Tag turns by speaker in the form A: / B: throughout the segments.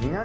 A: 皆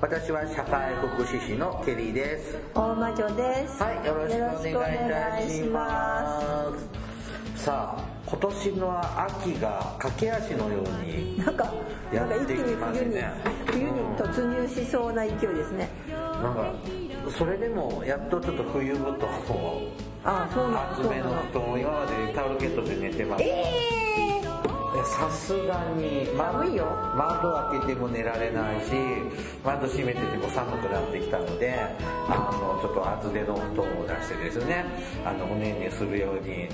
A: 私は社会福祉士のケリーです
B: 大魔女です。
A: はい、よろしくお願いいたし
B: す。
A: ます。さあ、今年の秋が駆け足のように、
B: なんか、
A: や
B: なんか
A: っ
B: 一気
A: てき
B: に
A: ま
B: 冬
A: す
B: に
A: ね、
B: 冬に突入しそうな勢いですね。
A: なんか、それでもやっとちょっと冬布団を、
B: ああ、そうなの、
A: 厚
B: そう
A: め
B: な
A: の
B: の。
A: 布団を今までタオルケットで寝てます。
B: ええ
A: いやさすがに窓
B: 寒いよ
A: 窓開けても寝られないし窓閉めてても寒くなってきたのであのちょっと厚手の布団を出してですねあのおねんねするように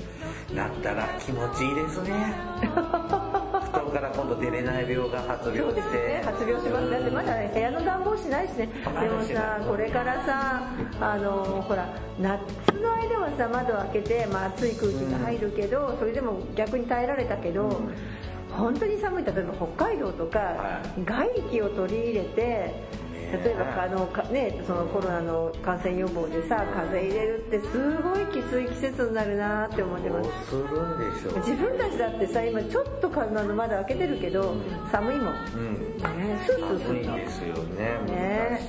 A: なったら気持ちいいです ね布団から今度出れない病が発
B: ー。そ
A: 病し
B: う
A: て
B: ですね、発病します。だってまだ部屋の暖房しないしね。で
A: まだ
B: も
A: しな
B: さ
A: い、
B: これからさ、あの、ほら、夏の間はさ、窓を開けて、まあ暑い空気が入るけど、それでも逆に耐えられたけど、本当に寒い、例えば北海道とか
A: は、
B: 外気を取り入れて、
A: ね
B: 例えばあのか、ね、そのコロナの感染予防でさ風邪入れるってすごいきつい季節になるなって思って
A: ど
B: ま
A: う
B: す
A: するんでしょう
B: 自分たちだってさ今ちょっとかあの窓開けてるけど寒いもん
A: うん
B: ねスースーす
A: 寒い
B: るのね
A: ですよね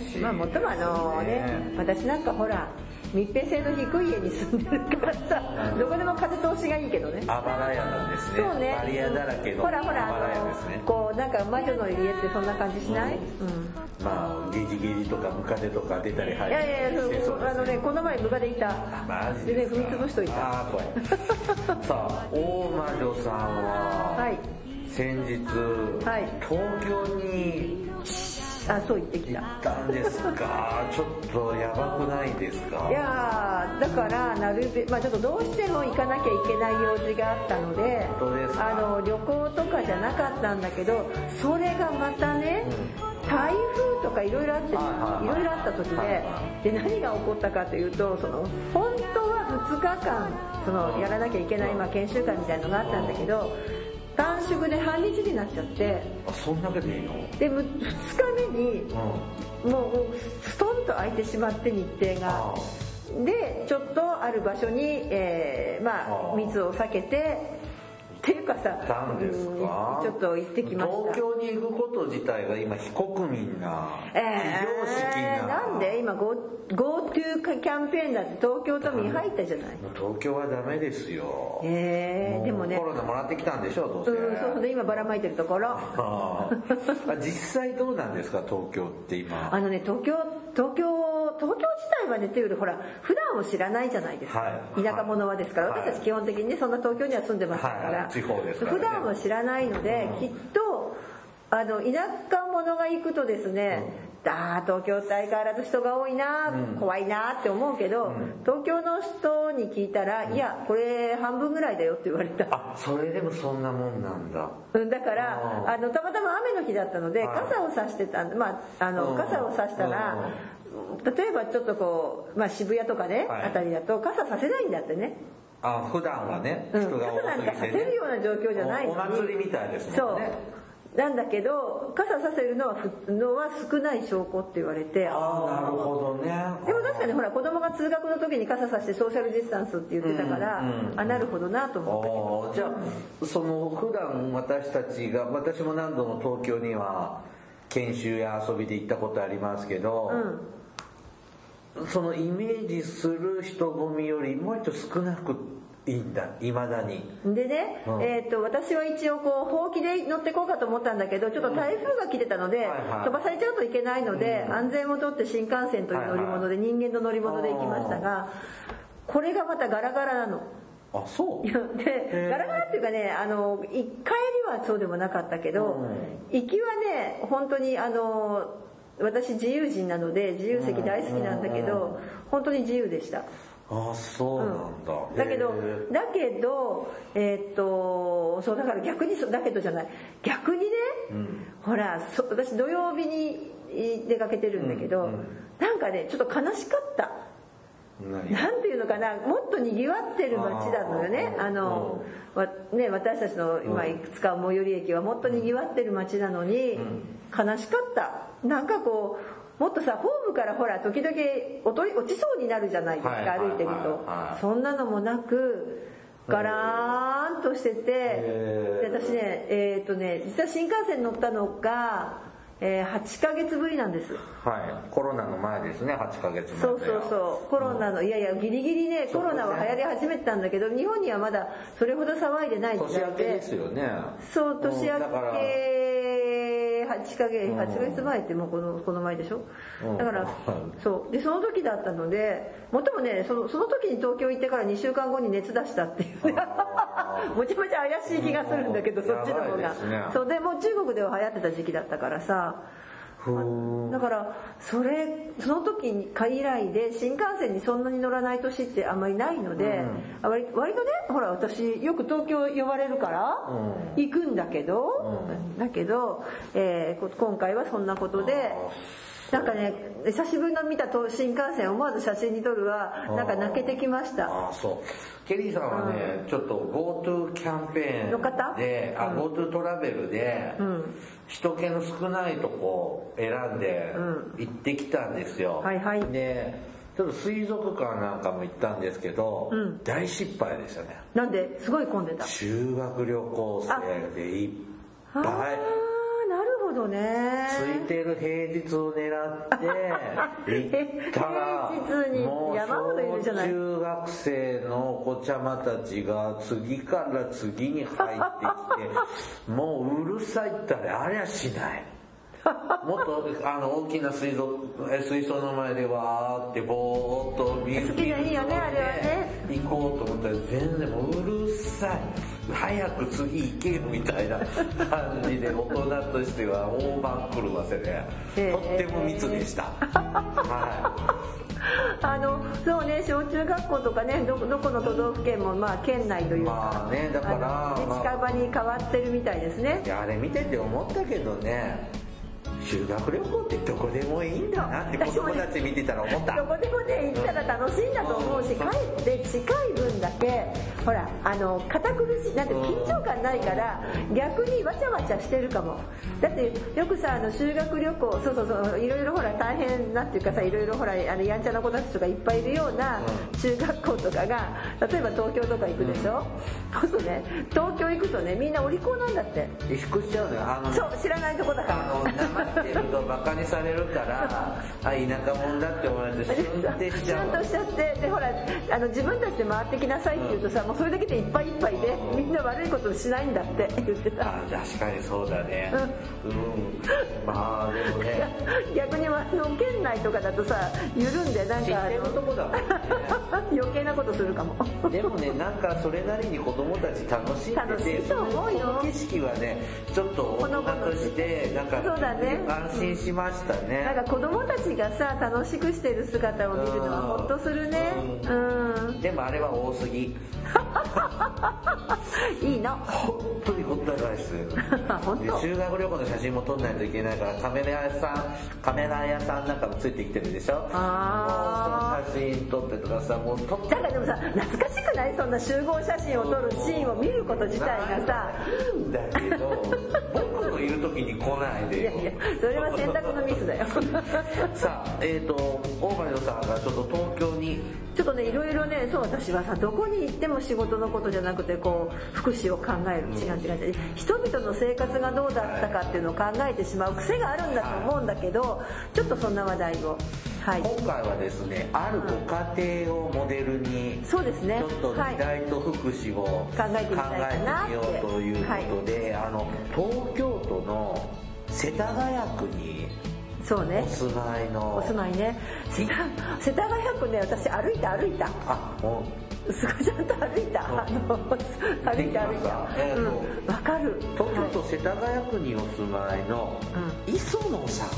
A: 難しい
B: まあもっともあのね
A: ね
B: 私なんかほら密閉性の低い家に住んでるからさどこでも風通しがいいけどね
A: あばら屋なんですね
B: そうね
A: バリアだらけの
B: ほ
A: あば
B: らほら
A: ら
B: あ
A: 屋
B: の
A: ですね
B: こうなんか魔女の家ってそんな感じしない、うん
A: まあ、ゲジゲジとかムカデとか出たり入
B: い
A: ったり
B: やいや
A: して
B: そ
A: そ
B: う
A: うで
B: あ
A: す
B: のねこの前ムカデいた
A: マジ
B: でね
A: ですか
B: 踏み潰しといた
A: ああ 怖いさあ大魔女さんは、
B: はい
A: 先日、
B: はい
A: 東京に
B: あそう言ってき
A: 行
B: た
A: ったんです かちょっとやばくないですか
B: いやーだからなるべまあちょっとどうしても行かなきゃいけない用事があったので
A: 本当ですか
B: あの旅行とかじゃなかったんだけどそれがまたね、台風とかいろいろあって
A: はいはい
B: い
A: はい
B: ろいろあった時で,、
A: はいは
B: で何が起こったかというとその本当は2日間そのやらなきゃいけない、まあ、研修会みたいなのがあったんだけど短縮で半日になっちゃって
A: あそんだけでいいの
B: でむ2日目に
A: うん
B: もうもうストンと空いてしまって日程が
A: あ。
B: でちょっとある場所に、えーま
A: あ
B: あ
A: ー
B: 密を避けてっていうかさ
A: 行ったんですか
B: うんちょっと行ってきました
A: 東京に行くこと自体が今非国民な、
B: え
A: 非常識
B: ー、
A: な
B: なんで今 Go- GoTo キャンペーンだって東京都民入ったじゃない、
A: もう東京はダメですよ
B: え
A: も
B: ー、
A: う
B: でもね
A: コロナもらってきたんでしょどう
B: う
A: せ、
B: んそうで今ばらまいてるところ
A: あーあ実際どうなんですか東京って今
B: あのね東京東京東京自体はねというよりほら普段を知らないじゃないですか、
A: はい
B: 田舎者はですから、
A: はい
B: 私たち基本的にねそんな東京には住んでますから、
A: はいはい地方ですからね
B: 普段を知らないので、きっとあの田舎者が行くとですね、ああ東京って相変わらず人が多いな、怖いなって思うけど、東京の人に聞いたら、いやこれ半分ぐらいだよって言われた
A: あそれでもそんなもんなんだ
B: うんだから
A: うん
B: あのたまたま雨の日だったので
A: はい
B: 傘を差してたんで、まあ、あ
A: う
B: の
A: ん
B: 傘を差したら例えばちょっとこう、まあ、渋谷とかね、
A: はい
B: あたりだと傘させないんだってね、
A: あ普段はね
B: う
A: 人
B: ん、
A: が
B: 傘
A: 多
B: なん
A: す
B: か
A: ぎ
B: さ
A: て、
B: せ
A: ね、
B: るような状況じゃない
A: お
B: の
A: お
B: に
A: 祭りみたいですも
B: そ
A: ん
B: う
A: ね
B: なんだけど傘させるのはふのは少ない証拠って言われて
A: ああなるほどね
B: でも確かにほら子供が通学の時に傘さしてソーシャルディスタンスって言ってたから、
A: うんうん
B: あなるほどなと思ったけど。
A: あーじゃあその普段私たちが私も何度も東京には研修や遊びで行ったことありますけど、
B: うん
A: そのイメージする人混みよりもうちょっと少なくいいんだいまだに
B: でね、
A: うん
B: えー、と私は一応こうほうきで乗ってこうかと思ったんだけどちょっと台風が来てたので、
A: んはいはい
B: 飛ばされちゃうといけないので、安全をとって新幹線という乗り物で、人間の乗り物で行きましたがこれがまたガラガラなの。
A: あそう
B: いやで
A: ー
B: ガラガラっていうかねあのい帰りはそうでもなかったけど、行きはね本当にあの私自由人なので自由席大好きなんだけど、本当に自由でした。
A: あそうなんだ、
B: だけど
A: へー、
B: だけど、えーっと、そう、だから逆にそ、だけどじゃない、逆にね、ほら、そ私土曜日にい出かけてるんだけど、なんかね、ちょっと悲しかった。何ていうのかなもっとにぎわってる街だのよねあの、わね私たちの今いくつか最寄り駅はもっとにぎわってる街なのに、悲しかったなんかこうもっとさホームからほら時々落とり落ちそうになるじゃないですか、
C: はいはいはいはい
B: 歩いてるとそんなのもなくガラーンとしてて、
C: へー
B: で私ねえっ、とね実は新幹線乗ったのが、えー8ヶ月ぶりなんです
A: はいコロナの前ですね8ヶ月前
B: そうそうそうコロナのいやいやギリギリねコロナは流行り始めてたんだけど日本にはまだそれほど騒いでない
A: 年明けですよね
B: そう年明
A: うんだから
B: け8ヶ月
A: うん
B: 8ヶ月前ってもうこのこの前でしょ
A: うん
B: だか
A: う
B: ら
A: ん
B: そうでその時だったのでもっともねそのその時に東京行ってから2週間後に熱出したっていうね もちもち怪しい気がするんだけど
A: うん
B: そっちの方
A: やばい
B: が
A: ですね
B: そうでもう中国では流行ってた時期だったからさ
A: ふーん
B: だからそれその時に以来で新幹線にそんなに乗らない年ってあんまりないので、あ割割とねほら私よく東京呼ばれるから
A: う
B: 行くんだけど、だけど、えーこ今回はそんなことで。なんかね久しぶりの見たと新幹線思わず写真に撮るはなんか泣けてきました
A: ああそうケリーさんはね、ちょっと GoTo キャンペーン
B: の方
A: であ GoTo トラベルで、
B: ん
A: 人気の少ないとこ選んで行ってきたんですよ、
B: はいはい
A: でちょっと水族館なんかも行ったんですけど、
B: うん
A: 大失敗でしたね
B: なんですごい混んでたあ
A: 修学旅行生でいっ
B: あー
A: ぱい
B: なるほどね
A: 空いてる平日を 狙って行ったら
B: 平日に
A: もう
B: 山ほどいるじゃない
A: 小中学生のお子ちゃまたちが次から次に入って きてもううるさいったらありゃしないもっとあの大きな水族え水槽の前でわーってぼーっと見る
B: 好きじゃいいよねあれはね
A: 行こうと思ったら全然もううるさい早く次行けみたいな感じで大人としては大番狂わせで
B: へえ
A: とっても密でしたは
B: あのそうね小中学校とかねどこどこの都道府県もまあ県内と
A: い
B: いうか、
A: まあねだから
B: あのね
A: まあ
B: 近場に変わってるみたいですね
A: いやあれ見てて思ったけどね修学旅行ってどこでもいいんだなって子供たち見てたら思っ
B: ど
A: た
B: こでもね行ったら楽しいんだと思うし
A: うん
B: かえって近い分だけほらあの堅苦しいなんて
A: うん
B: 緊張感ないから逆にわちゃわちゃしてるかもだってよくさあの修学旅行そうそうそういろいろほら大変なっていうかさいろいろほらあのやんちゃな子たちとかいっぱいいるような中学校とかが例えば東京とか行くでしょ、そうするとね東京行くとねみんなお利口なんだって
A: 萎縮しちゃうのよあのね
B: そう知らないとこだか
A: あの
B: ら
A: 生ってるとバカにされるからあ田舎者だって思われてシュンってしち
B: ち
A: ゃ
B: ゃ
A: うん
B: としちゃってでほらあの自分たちで回ってきなさいって言うとさ、もうそれだけでいっぱいいっぱいでみんな悪いことしないんだって言ってた
A: あー確かにそうだねうん、まあでも ね
B: 逆にあの県内とかだとさ緩んでなん
A: 知
B: か
A: っ
B: あ
A: てると
B: の
A: こだもんね
B: 余計なことするかも
A: でもねなんかそれなりに子供たち楽しん
B: 楽し
A: でて
B: いと思うよ
A: その景色はねちょっと大人としてなんか
B: そうだね
A: 安心しましたね、
B: なんか子供たちがさ楽しくしてる姿を見るのはホッとするね
A: う
B: うん
A: でもあれは多すぎ
B: いいの
A: 本当にほったらかです
B: 本当
A: で修学旅行の写真も撮んないといけないからカメラ屋さんカメラ屋さんなんかもついてきてるでしょ
B: あ
A: もうその写真撮ってとかさもう撮って
B: だからでもさ懐かしくないそんな集合写真を撮るシーンを見ること自体がさ
A: いいんだけど僕のいる時に来ない
B: い
A: でよ
B: やいやそれは選択のミスだよ
A: さあえっ、と大前さんがちょっと東京に
B: ちょっとねいろいろねそう私はさどこに行っても仕事のことじゃなくてこう福祉を考える違う違う違う人々の生活がどうだったかっていうのを考えてしまう癖があるんだと思うんだけどちょっとそんな話題をはい
A: 今回はですねあるご家庭をモデルに
B: そうですね
A: ちょっと
B: はい
A: 時代と福祉を考
B: 考えてみたいかな
A: えてみようということで、あの東京都の世田谷区に
B: そうね
A: お住まいの
B: お住まいね世田世田谷区ね私歩いた歩いた
A: あも
B: すごいちゃんと歩いたあの歩いた歩いた
A: えーと
B: うんわかる
A: う東京都世田谷区にお住まいの磯野さん、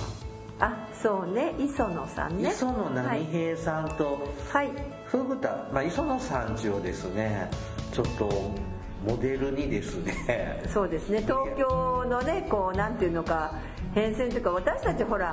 B: あそうね磯野さんね
A: 磯野波
B: はい
A: 平さんと、
B: はい
A: フグタ、まあ、磯野さんちをですねちょっとモデルにですね
B: そうですね東京のねこうなんていうのか変遷というか私たちほら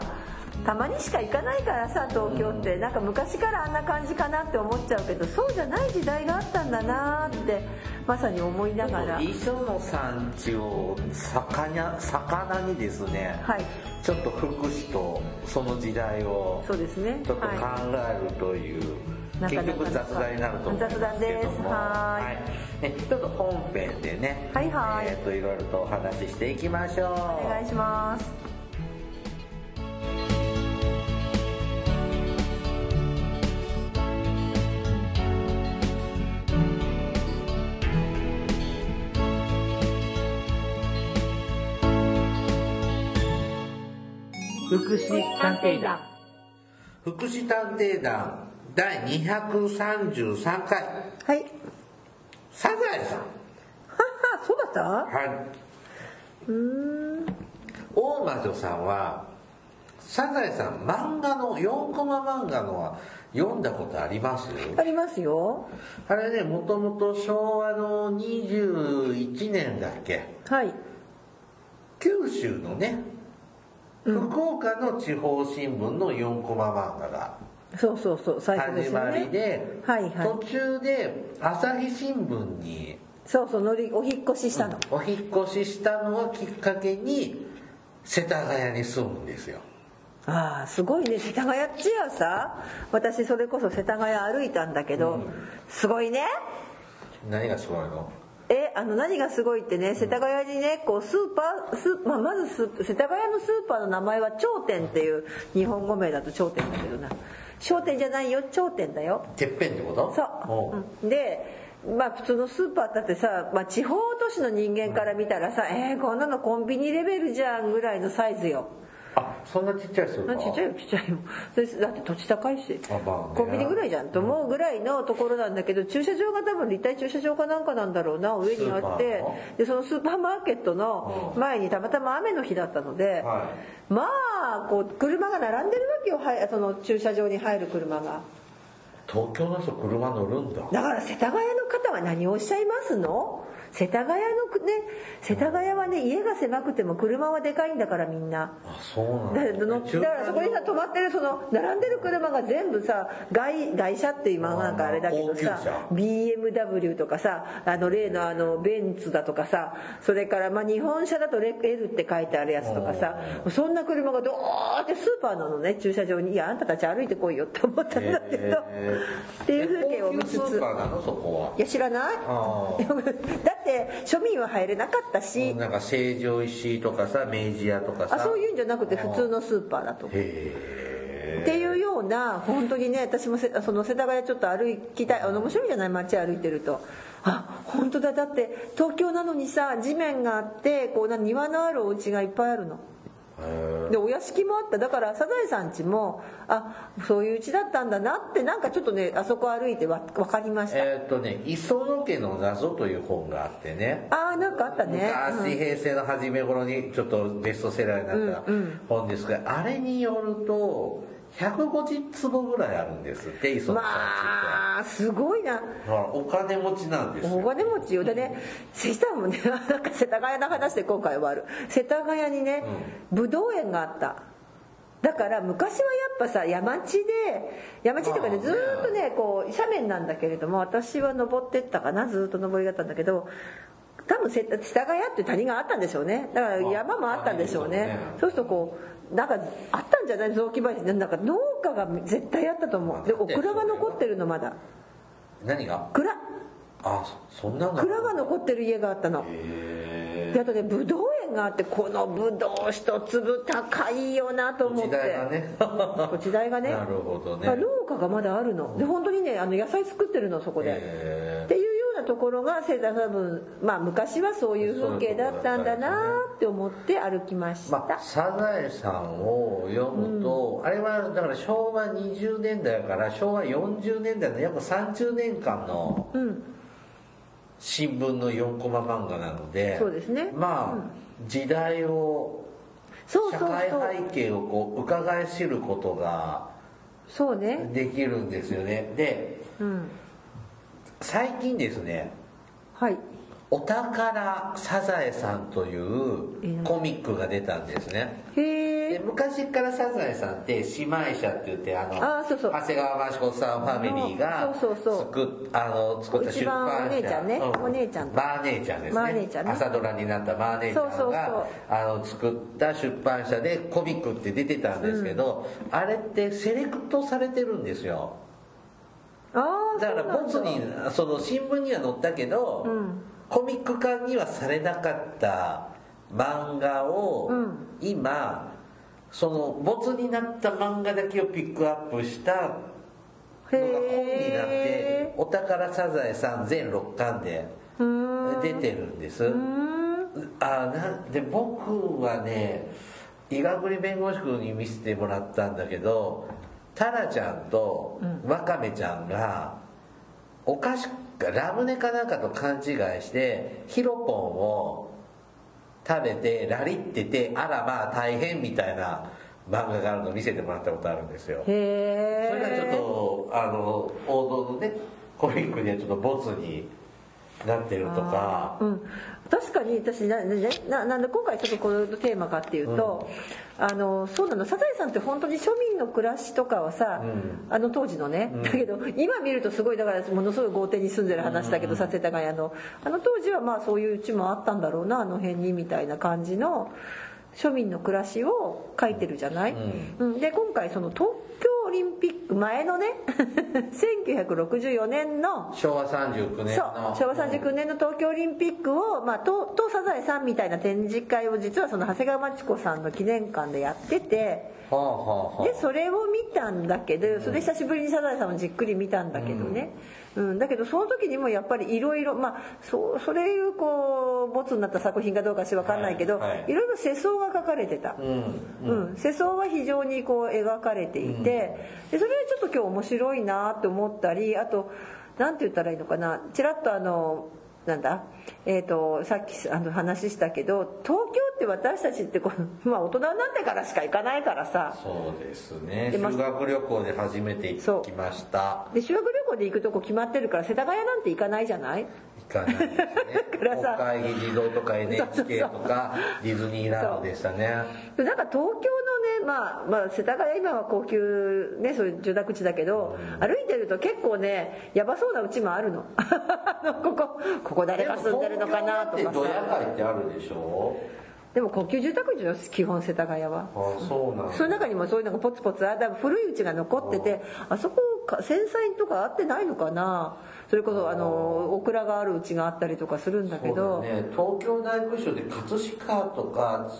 B: たまにしか行かないからさ東京ってなんか昔からあんな感じかなって思っちゃうけどそうじゃない時代があったんだなってまさに思いながら
A: 磯野さんちを魚魚にですね、
B: はい
A: ちょっと福祉とその時代を
B: そうですね
A: ちょっと考えるという、
B: なかな
A: 結
B: か
A: 局雑談になると思いますけども
B: 雑談ですはい
A: いねちょっと本編でね
B: はいはい
A: えー、といろいろとお話ししていきましょう
B: お願いします
A: 福祉福祉探偵団第233回
B: はい
A: サザエさん
B: ははそうだった
A: はい。大魔女さんは、サザエさん漫画の、4コマ漫画のは読んだことあります
B: ありますよ
A: あれね、もともと昭和の21年だっけ
B: はい
A: 九州のね、福岡の地方新聞の4コマ漫画が
B: そうそうそう最初で
A: 始
B: すよ
A: まり
B: ね
A: で、
B: はいはい
A: 途中で朝日新聞に
B: そうそう乗りお引っ越ししたの、
A: お引っ越ししたのをきっかけに世田谷に住むんですよ
B: ああすごいね世田谷っちはさ私それこそ世田谷歩いたんだけど、すごいね
A: 何がすごいの
B: えあの何がすごいってね世田谷にねこうスーパースー、まあ、まずスー世田谷のスーパーの名前は頂点っていう日本語名だと頂点だけどな商店じゃないよ頂点だよ
A: てっぺんってこと
B: そ
A: おう
B: う、うんでまあ普通のスーパーだってさ、まあ、地方都市の人間から見たらさ、えー、こんなのコンビニレベルじゃんぐらいのサイズよ
A: あそんなちっちゃいスーパ
B: な
A: ー
B: ちっちゃいよちっちゃいよ でだって土地高いし
A: あまあね
B: コンビニぐらいじゃんと思うぐらいのところなんだけど駐車場が多分立体駐車場かなんかなんだろうな上にあ
A: スーパ
B: っ
A: ー
B: て
A: の
B: でそのスーパーマーケットの
A: うん
B: 前にたまたま雨の日だったので
A: は
B: まあこう車が並んでるわけよはいその駐車場に入る車が
A: 東京の人車乗るんだ
B: だから世田谷の方は何をおっしゃいますの世田谷のくね世田谷はね家が狭くても車はでかいんだからみんな。
A: あそうなんだ
B: だだだからそこにさ止まってるその並んでる車が全部さ外外車って今なんかあれだけどさ
A: 高
B: BMW とかさあの例のあのベンツだとかさそれからまあ日本車だとレ L って書いてあるやつとかさそんな車がドーってスーパーなのね駐車場に「いやあんたたち歩いてこいよ」って思ったんだけど、
A: へー
B: っていう風景を見つ
A: 高級ス
B: つ
A: ーパーなのそこはい
B: や知らない
A: あー
B: だって庶民は入れなかったし
A: なんか成城石井とかさ明治屋とかさ
B: あそういうんじゃなくて普通のスーパーだと
A: へ
B: っていうような本当にね私もせその世田谷ちょっと歩きたいあの面白いじゃない街歩いてるとあ本当だだって東京なのにさ地面があってこうな庭のあるお家がいっぱいあるの
A: えへ
B: でお屋敷もあっただからサザエさん家もあそういう家だったんだなってなんかちょっとねあそこ歩いてわ分かりました
A: えーっとね「磯野家の謎」という本があってね
B: あーなんかあったねうん
A: 昔平成の初め頃にちょっとベストセラーになった本ですが、あれによると150坪ぐらいあるんですって磯野さんちって
B: まあすごいな
A: だからお金持ちなんです
B: 大
A: よ
B: 金持ちよでね関さんもね なんか世田谷の話で今回はある世田谷にね、ぶどう園があっただから昔はやっぱさ山地で山地っていうかね
A: ああ
B: ずーっとねこう斜面なんだけれども私は登ってったかなずーっと登りだったんだけど多分せ世田谷っていう谷があったんでしょうねだから山もあったんでしょうね
A: あ
B: そうするとこうなんかあったんじゃない雑木林なんか農家が絶対あったと思うでオクラが残ってるのまだ
A: 何が
B: 蔵
A: あそそんなの
B: 蔵が残ってる家があったの
A: へ
B: であとねぶどう園があってこのぶどう一粒高いよなと
A: ー
B: 思って
A: 時代がね
B: そう時代が ね
A: なるほどね
B: だから農家がまだあるので本当にねあの野菜作ってるのそこで、
A: へ
B: っていうようなところが世田多分まあ昔はそういう風景だったんだなって思って歩きま
A: ー
B: した、
A: まあ、サザエさんを読むと、あれはだから昭和20年代から昭和40年代の約30年間の
B: うん
A: 新聞の4コマ漫画なので
B: そうですね
A: まあ、時代を
B: そう
A: 社
B: そうそう
A: 会背景をこう伺い知ることが
B: そうね
A: できるんですよねで
B: うん
A: 最近ですね
B: はい
A: 「お宝サザエさん」というコミックが出たんですね
B: へえ
A: で昔からサザエさんって姉妹社って言ってあの
B: あーそうそう
A: 長谷川益子さんファミリーが
B: そうそうそう
A: 作っあの作った出版社
B: 一番お姉ちゃんね
A: うん
B: お姉ちゃんと
A: マー姉ちゃんですね
B: マー姉ちゃんね
A: 朝ドラになったマー姉ちゃんが
B: そうそうそう
A: あの作った出版社でコミックって出てたんですけど、あれってセレクトされてるんですよ
B: ああ
A: だからボツにその新聞には載ったけど、
B: うん
A: コミック化にはされなかった漫画を、
B: うん
A: 今そのボツになった漫画だけをピックアップしたのが本になって
B: へ
A: 「
B: え
A: お宝サザエさん」全6巻で
B: うーん
A: 出てるんです。
B: うーん
A: あなんで僕はね医学理弁護士君に見せてもらったんだけどタラちゃんとワカメちゃんが、お菓子かラムネかなんかと勘違いしてヒロポンを食べてラリっててあらまあ大変みたいな漫画があるの見せてもらったことあるんですよ
B: へえ
A: それがちょっとあの王道のねコミックにはちょっとボツになってるとか
B: うん、確かに私ななななんで今回ちょっとこのテーマかっていうと、あのそうなのサザエさんって本当に庶民の暮らしとかはさ、
A: うん
B: あの当時のね、だけど今見るとすごいだからものすごい豪邸に住んでる話だけど、させたがあのあの当時はまあそういううちもあったんだろうなあの辺にみたいな感じの庶民の暮らしを書いてるじゃない、うん、で今回その東京オリンピック前のね 1964年の
A: 昭和39年
B: そう
A: の
B: 昭和39年の東京オリンピックを、まあ、ととサザエさんみたいな展示会を実はその長谷川町子さんの記念館でやってて
A: はあはあは
B: でそれを見たんだけどそれで久しぶりにサザエさんをじっくり見たんだけどね、うんだけどその時にもやっぱりいろいろまあそうそれいうこうボツになった作品かどうかしわかんないけど、
A: はいはい
B: いろいろ世相が書かれてた
A: あ、うん
B: うん、世相は非常にこう描かれていて、でそれはちょっと今日面白いなって思ったりあと何て言ったらいいのかなちらっとあのなんだえー、とさっきあの話したけど東京って私たちってこう、 まあ、大人になってからしか行かないからさ
A: そうですね
B: でま
A: 修学旅行で初めて行きました
B: で修学旅行で行くとこ決まってるから世田谷なんて行かないじゃない
A: 行かないですね
B: だから
A: 国
B: さ
A: 会議事堂とか NHK と
B: そう
A: かディズニーランドでしたね
B: なんか東京のね、まあ、まあ世田谷今は高級ねそういう住宅地だけど、歩いてると結構ねやばそうな家もあるの あのここここ誰が住んでるのかなと
A: でも
B: か
A: 東京だってド
B: さ
A: ヤ街ってあるでしょ
B: でも高級住宅地よ基本世田谷は
A: あそうなんだ
B: その中にもそういうのがポツポツあだから古いうちが残っててあそこか繊細とかあってないのかなそれこそあのオクラがあるうちがあったりとかするんだけ
A: そ
B: ど
A: うだね東京大空襲で葛飾とか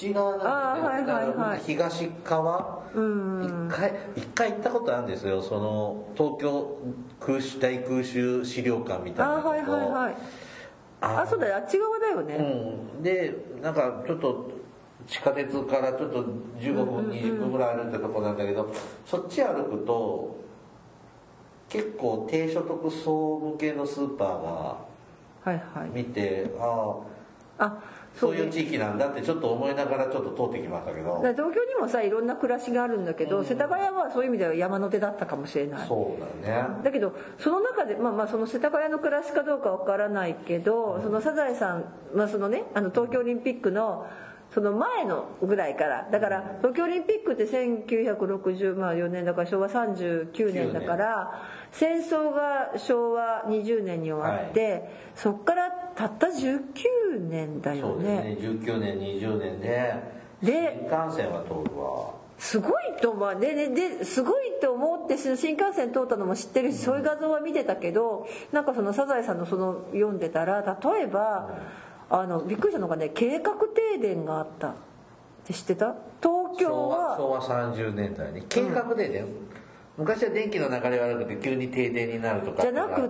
A: 違うなんだ
B: あーはいはいはい
A: 東側
B: うん
A: 一回一回行ったことあるんですよその東京空襲大空襲資料館みたいな
B: あ
A: とこ
B: はいはいはい
A: あ
B: あそうだよあっち側だよね、
A: うん、でなんかちょっと地下鉄からちょっと15分20分ぐらい歩いたとこなんだけど、そっち歩くと結構低所得層向けのスーパーが
B: はいはい
A: 見てああ
B: あ
A: そう
B: ね
A: いう地域なんだってちょっと思いながらちょっと通ってきましたけど
B: だから東京にもさいろんな暮らしがあるんだけど、世田谷はそういう意味では山手だったかもしれない
A: そうだね
B: だけどその中で、まあ、まあその世田谷の暮らしかどうかわからないけど、そのサザエさん、まあそのね、あの東京オリンピックのその前のぐらいからだから東京オリンピックって1964年だから昭和39年だから戦争が昭和20年に終わって、そっからたった19年だ
A: そ
B: よ
A: うですね19年20年で
B: で
A: 新幹線は通るわ
B: すごいと思うででですごいと思って新幹線通ったのも知ってるしそういう画像は見てたけどなんかその「サザエさん」のその読んでたら例えばあのびっくりしたのがね計画停電があったって知ってた東京
A: 昭和
B: は
A: 昭和30年代に計画でね、昔は電気の流れ悪くて急に停電になるとか
B: じゃなくっ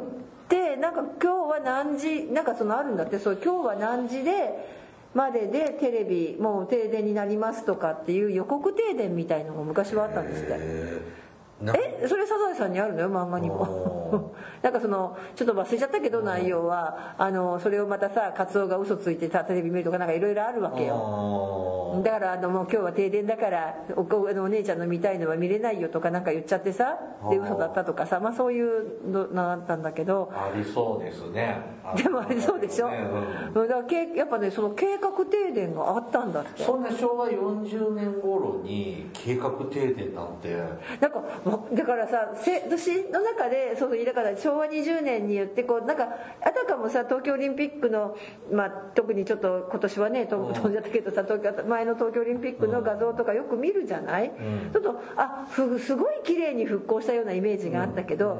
B: てなんか今日は何時なんかそのあるんだってそう今日は何時でまででテレビもう停電になりますとかっていう予告停電みたいのが昔はあったんですって。
A: えーな
B: えそれサザエさんにあるのよ漫画にも なんかそのちょっと忘れちゃったけど内容はあのそれをまたさカツオが嘘ついてさテレビ見るとかなんかいろいろあるわけよ
A: あ
B: だからあのもう今日は停電だからおあのお姉ちゃんの見たいのは見れないよとかなんか言っちゃってさで
A: はあ
B: 嘘だったとかさまあそういうのがあったんだけど
A: ありそうですね
B: でもあれそうでしょ、
A: ねうん
B: うんだからけやっぱねその計画停電があったんだって
A: そんな昭和40年頃に計画停電なんて
B: なんかわだからさせ私の中でそうそうだから昭和20年によってこうなんかあたかもさ東京オリンピックの、まあ、特にちょっと今年はね飛
A: うん
B: 飛んじゃったけどさ東京前の東京オリンピックの画像とかよく見るじゃない、
A: うん
B: ちょっとあふすごい綺麗に復興したようなイメージがあったけど、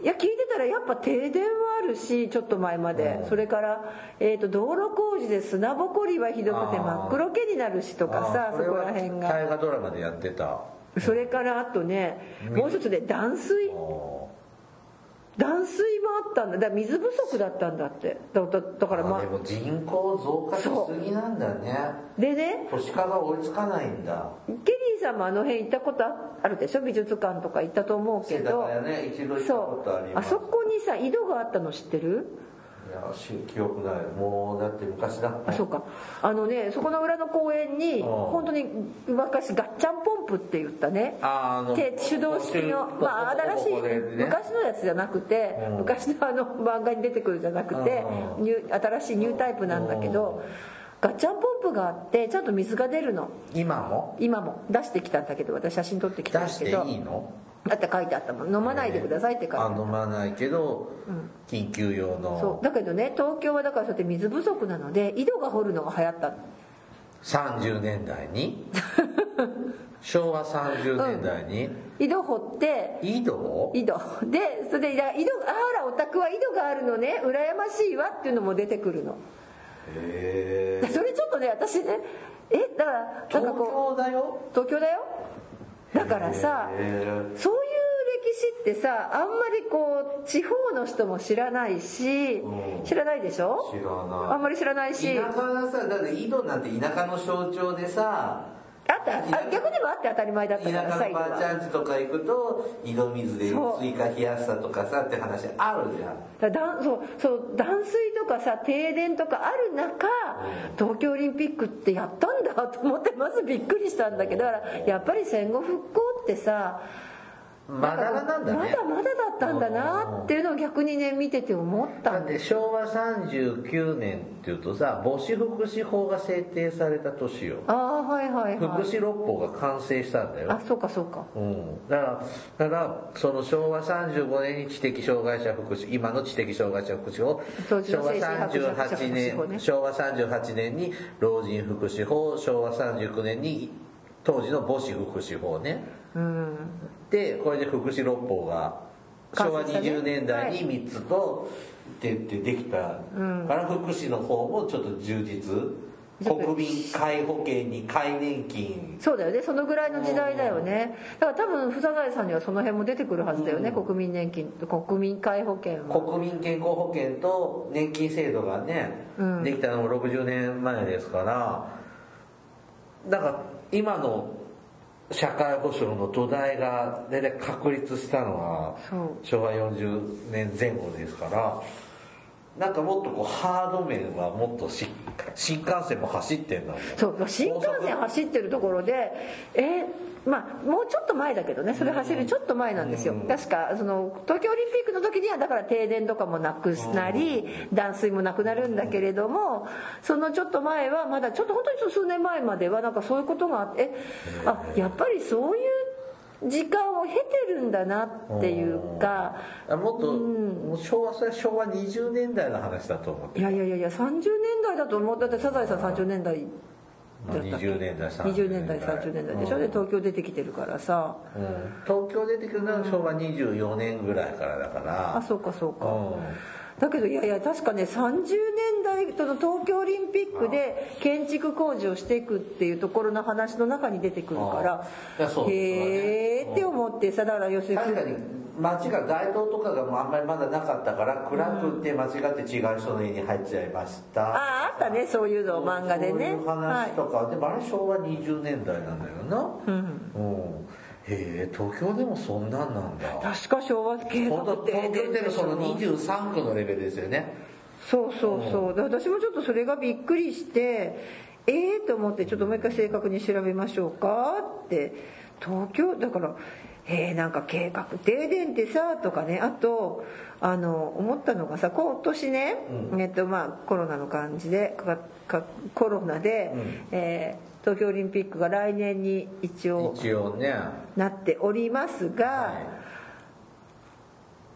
B: いや聞いてたらやっぱ停電はあるしちょっと前まで、
A: うん
B: それから、えー、と道路工事で砂ぼこりはひどくて
A: あー
B: 真っ黒けになるしとかさ
A: あー
B: そ
A: れ
B: こ
A: は
B: ら辺が。
A: 大河ドラマでやってた
B: それからあとねもう一つで断水
A: お
B: 断水もあったんだだから水不足だったんだってだだだ
A: ー
B: からま
A: あでも人口増加しすぎなんだね
B: あでね
A: 都市化が追いつかないんだ
B: ケリーさんもあの辺行ったことああるでしょ美術館とか行ったと思うけ
A: 世田
B: ど、
A: 谷ね一度行ったこ
B: そ
A: とあ
B: う
A: り
B: あ
A: ます
B: そこにさ井戸があったの知ってる
A: いやし記憶ないもうだって昔だった
B: あそうかあのねそこの裏の公園に
A: うん
B: 本当に昔ガッチャンポンプって言ったね
A: あーあの
B: 手手動式の、
A: 手
B: まあ、新しい
A: ここでね
B: 昔のやつじゃなくて、
A: うん
B: 昔のあの漫画に出てくるじゃなくて、
A: うん
B: ニュー新しいニュータイプなんだけど、ガッチャンポンプがあってちゃんと水が出るの
A: 今も
B: 今も出してきたんだけど私写真撮ってき
A: 出
B: たんだ
A: し
B: け
A: てい
B: ど
A: いの
B: だって書いてあったもん飲まないでくださいって書いてあ
A: あ
B: った、
A: 飲まないけど緊急用
B: そ
A: の
B: うだけどね東京はだからそうやって水不足なので井戸が掘るのが流行った
A: 30年代 に昭和30年代に
B: 井戸掘って
A: 井戸
B: 井戸でそれで井戸あらお宅は井戸があるのね羨ましいわっていうのも出てくるの
A: へえ
B: それちょっとね私ねえだからなんか
A: 東
B: こ
A: 京だよ
B: う東京だよだからさ
A: へ
B: そういう歴史ってさあんまりこう地方の人も知らないし
A: うん
B: 知らないでし
A: ー知
B: ょ
A: らない
B: あんまり知らないしあ
A: 田舎はさだって井戸なんて田舎の象徴でさ
B: ったあ逆でもあって当たり前だっ
A: 田
B: たから
A: 舎
B: さ
A: のばあちゃん家とか行くと井戸水で
B: そう
A: 追加冷やしたとかさって話あるじゃん
B: だ断そうそう断水とかさ停電とかある中東京オリンピックってやったんだと思ってまずびっくりしたんだけどだからやっぱり戦後復興ってさ
A: まだらなんだね
B: まだまだだったんだなっていうのを逆にね見てて思った
D: だ
B: ん
D: っ
B: で
D: て昭和39年っていうとさ母子福祉法が制定された年よ
B: ああはいはい
D: 福
B: はい
D: 祉六法が完成したんだよ
B: あそうかそうか
D: うん、だからだからその昭和35年に知的障害者福祉今の知的障害者福祉法
B: 当時
D: 昭
B: の
D: 和
B: 精神白弱者福
D: 38
B: 祉法
D: 年、
B: ね
D: 昭和38年に老人福祉法昭和39年に当時の母子福祉法ね
B: うん
D: でこれで福祉六法が昭和
B: 完成したね
D: 20年代に3つとででできたから福祉の方もちょっと充実
B: ちょっと
D: 国民皆保険に皆年金
B: そうだよねそのぐらいの時代だよねだから多分サザエさんにはその辺も出てくるはずだよね、国民年金国民皆保険も
D: 国民健康保険と年金制度がね、
B: うん
D: できたのも60年前ですからだから今の社会保障の土台が大体確立したのは
B: そう
D: 昭和40年前後ですからなんかもっとこうハード面はもっとし新幹線も走ってんだもん
B: そう新幹
D: 高
B: 線
D: 速
B: 走ってるところでえーまあもうちょっと前だけどねそれ走るちょっと前なんですよ、確かその東京オリンピックの時にはだから停電とかもなくなり、断水もなくなるんだけれどもそのちょっと前はまだちょっと本当にちょっと数年前まではなんかそういうことがあってえあやっぱりそういう時間を経てるんだなっていうか。
D: あもっと、もう昭和それは昭和20年代の話だと思って
B: いやいやいやいや30年代だと思うだってサザエさん30年代だったっけ
D: 20年代
B: 20年代30年代でしょで東京出てきてるからさ
D: うん東京出てくるのは昭和24年ぐらいからだから
B: あそうかそうか
D: う
B: だけどいやいや確かね30年代との東京オリンピックで建築工事をしていくっていうところの話の中に出てくるか
A: あいや
B: ら
A: そう
B: へえって思ってさだから要する
A: ん
B: に
A: 確かに街が街灯とかがもうあんまりまだなかったから暗くて間違って違う人の家に入っちゃいました
B: あああったねそういうの漫画でね
A: そういう話とか、でもあれ昭和20年代なんだよな
B: うん
A: うんへえ東京でもそんなんなんだ
B: 確か昭和系
A: 本当東京でもその23区のレベルですよね
B: そうそうそう、で私もちょっとそれがびっくりしてええと思ってちょっともう一回正確に調べましょうかって東京だからえー、なんか計画停電ってさとかねあとあの思ったのがさ今年ね、えっとまあ、コロナの感じでかかコロナで、えー東京オリンピックが来年に一応
A: 一応ね
B: なっておりますが、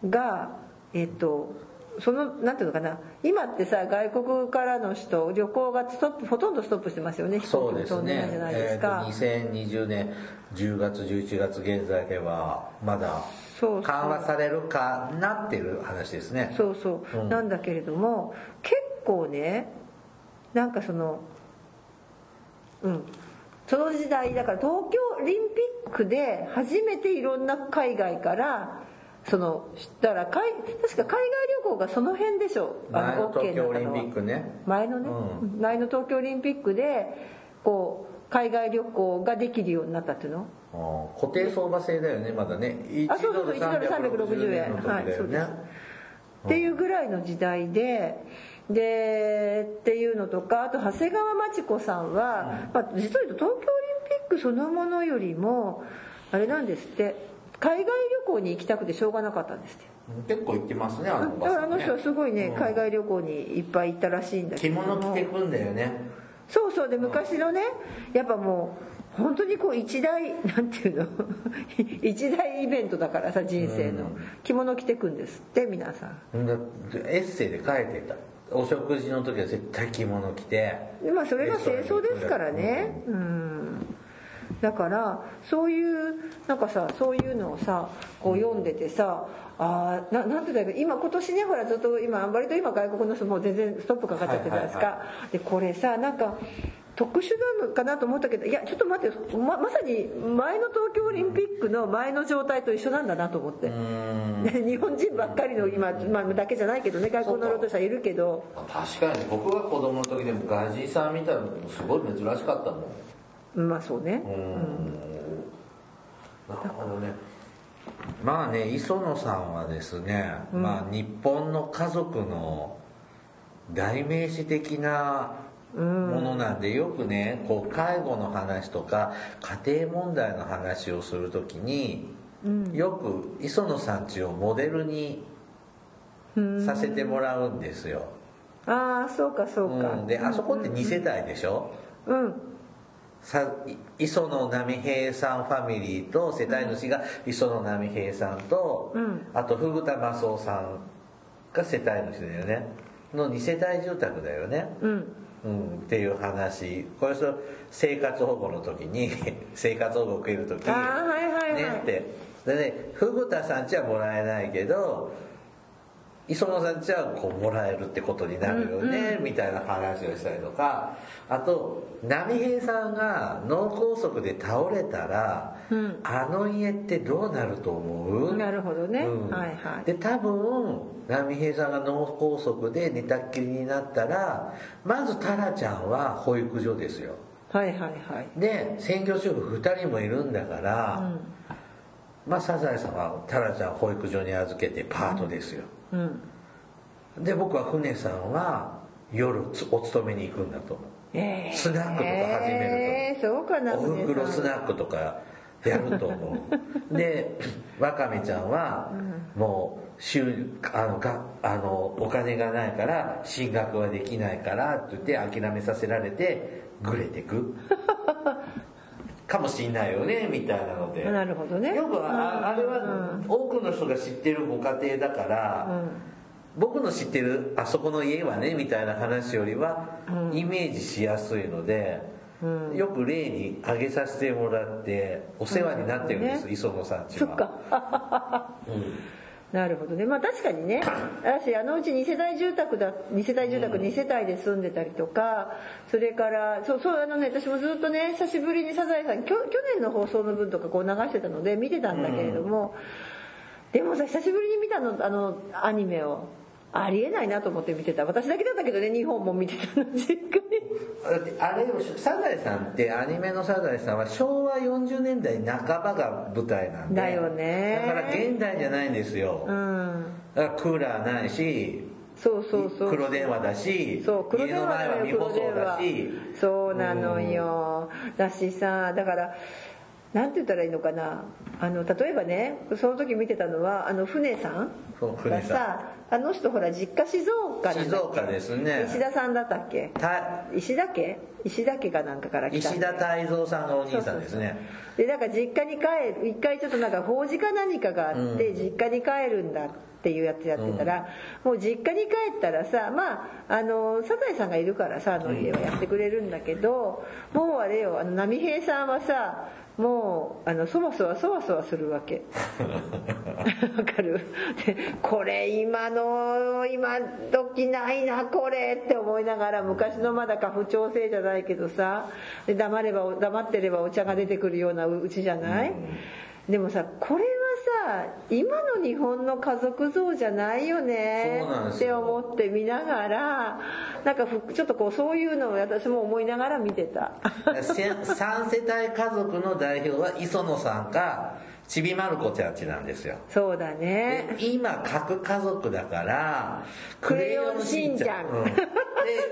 B: が、えっと、そのなんていうのかな今ってさ外国からの人旅行がストップほとんどストップしてますよね飛行
A: そう
B: 機も
A: です
B: 飛んでな
A: ね
B: いじゃないで
A: え
B: す
A: ーと
B: か、
A: 2020年10月11月現在ではまだ
B: そうそう
A: 緩和されるかなっていう話ですね
B: そうそう、
A: うん
B: なんだけれども結構ねなんかそのうんその時代だから東京オリンピックで初めていろんな海外からそのだから海確か海外旅行がその辺でしょ
A: 前の
B: OK
A: 東京オリン
B: の
A: ピ
B: は
A: ックね
B: 前のね、
A: う
B: 前の東京オリンピックでこう海外旅行ができるようになったっていうの
A: うん固定相場制だよねまだね
B: あそうそうそう1
A: 1
B: ドル360円
A: の時
B: はい
A: だ
B: そ
A: よ
B: う
A: ね、
B: ですっていうぐらいの時代ででっていうのとかあと長谷川町子さんは、まあ、実を言うと東京オリンピックそのものよりもあれなんですって海外旅行に行きたくてしょうがなかったんですって
A: 結構行ってますねあ
B: だ
A: のおば
B: から
A: さ
B: あ
A: んね
B: の人はすごいね、
A: うん
B: 海外旅行にいっぱい行ったらしいんだけ
A: 着
B: ど
A: 物着てくんだよね
B: そうそうで昔のねやっぱもう本当にこう一大なんていうの 一大イベントだからさ人生の着物着てくんですって皆さん
A: だエッセイで書いてたお食事の時は絶対着物着て
B: でまあそれが清掃ですからねうんだからそういうなんかさそういうのをさこう読んでてさあーななんて言うんだけど今今年ねほらずっと今割と今外国の人もう全然ストップかかっちゃってるじゃないですか、
A: はい
B: でこれさなんか特殊なのかなと思ったけどいやちょっと待ってままさに前の東京オリンピックの前の状態と一緒なんだなと思って、
A: うん
B: 日本人ばっかりの今、まあ、だけじゃないけどね外国の労働者いるけど。
A: 確かに僕が子供の時でも外人さん見たのもすごい珍しかったもん
B: まあそうね、
A: なるほどねまあね磯野さんはですね、まあ、日本の家族の代名詞的なものなんでよくねこう介護の話とか家庭問題の話をするときによく磯野さんちをモデルにさせてもらうんですよ、
B: ああそうかそうか、
A: うん、であそこって2世代でしょ、
B: うん
A: さ磯野波平さんファミリーと世帯主が磯野波平さんと、
B: うん
A: あとフグ田マスオさんが世帯主だよねの2世帯住宅だよね、
B: うん
A: うん、っていう話これそ生活保護の時に 生活保護を受ける時
B: あーはいはいはい
A: ねってでねフグ田さんちはもらえないけど磯野さんちはこうもらえるってことになるよね、みたいな話をしたりとかあと波平さんが脳梗塞で倒れたら、
B: うん
A: あの家ってどうなると思う
B: なるほどね
A: うん
B: はいはい
A: で多分波平さんが脳梗塞で寝たっきりになったらまずタラちゃんは保育所ですよ
B: はいはいはい
A: で専業主婦2人もいるんだから、まあサザエさんはタラちゃんを保育所に預けてパートですよ、
B: うん
A: で僕は船さんは夜つお勤めに行くんだと思う
B: ええ
A: スナックとか始め
B: ええそうかな
A: おふくろスナ
B: ッ
A: ックとかやると思 うでわかめちゃんはもう週あのがあのお金がないから進学はできないからって言って諦めさせられてぐれて くかもしんないよねみたい なので
B: なるほどね
A: よくああれは多くの人が知ってるご家庭だから、僕の知ってるあそこの家はねみたいな話よりはイメージしやすいので、よく例に挙げさせてもらってお世話になってるんです、
B: う
A: 磯野さんちは
B: そっかなるほどねまあ確かにね私あのうち2世帯住宅だ2世帯住宅2世帯で住んでたりとかそれからそうそうあのね私もずっとね久しぶりに「サザエさん」きょ去年の放送の分とかこう流してたので見てたんだけれども、でもさ久しぶりに見たのあのアニメをありえないなと思って見てた私だけだったけどね日本も見てたの実家に
A: だってあれをサザエさんってアニメの「サザエさん」は昭和40年代半ばが舞台なんで
B: だよね
A: だから現代じゃないんですよ、
B: うん
A: だからクーラーないし
B: そうそうそう
A: 黒電話だし
B: そう黒電話だよ
A: 家の前は
B: 黒
A: 未舗
B: 電
A: 装だ
B: 話
A: し
B: そうなのよ、だしさだからなんて言ったらいいのかなあの例えばねその時見てたのはあの船さん
A: そう船
B: が
A: さん
B: さあの人ほら実家静岡なんだっけ
A: 静岡ですね
B: 石田さんだったっけ
A: た
B: 石田家石田家かなんかから来たん
A: 石
B: だ
A: 田泰
B: よ
A: 造さんがお兄さんですね
B: でなんか実家に帰る一回ちょっとなんか法事か何かがあって、実家に帰るんだっていうやつやってたら、もう実家に帰ったらさまああのサザエさんがいるからさあの家はやってくれるんだけど、もうあれよあの波平さんはさもうあのそわそわそわそわするわけ わかるでこれ今の今時ないなこれって思いながら昔のまだ家父長制じゃないけどさで黙ればお黙ってればお茶が出てくるようなうちじゃない、でもさこれはさ今の日本の家族像じゃないよね
A: そうなんで
B: っ
A: す
B: て
A: よ
B: 思って見ながらなんかふちょっとこうそういうのを私も思いながら見てた
A: 3世帯家族の代表は磯野さんかちびまる子ちゃんちなんですよ
B: そうだね
A: で今核家族だから
B: クレヨンしんちゃん
A: うんで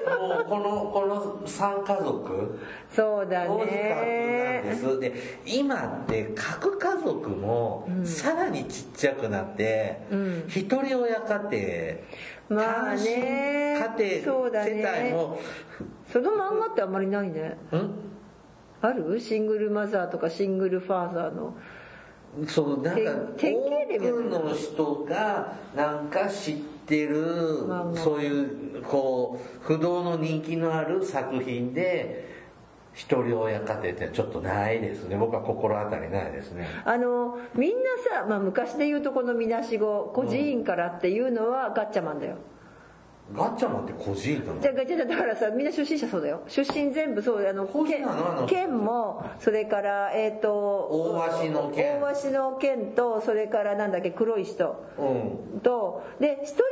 A: もうこのこの3家族
B: そうだ
A: 大きかったんで
B: ね
A: すで今って核家族もさらにちっちゃくなって、
B: うん
A: 一人親家庭
B: まあね
A: 単身家
B: そうだ
A: 庭
B: ね
A: 世帯も、
B: その漫画ってあんまりないね
A: うん
B: あるシングルマザーとかシングルファーザーの
A: そうなんか
B: 典型例
A: 多
B: みたい
A: く
B: な
A: の人がなんか知ってる、
B: まあまあ
A: そういうこう不動の人気のある作品で一人親家庭ってちょっとないですね僕は心当たりないですね
B: あのみんなさ、まあ、昔で言うとこのみなしご孤児院からっていうのはガッチャマンだよ、
A: ガッチャマンって個人なの
B: じゃあガチャだからさみんな出身者そうだよ出身全部そうあの
A: そう
B: 県
A: なのあの
B: 県もそれからえっ、と
A: 大鷲の県
B: 大鷲の県とそれからなんだっけ黒い人
A: うん
B: とで一人だ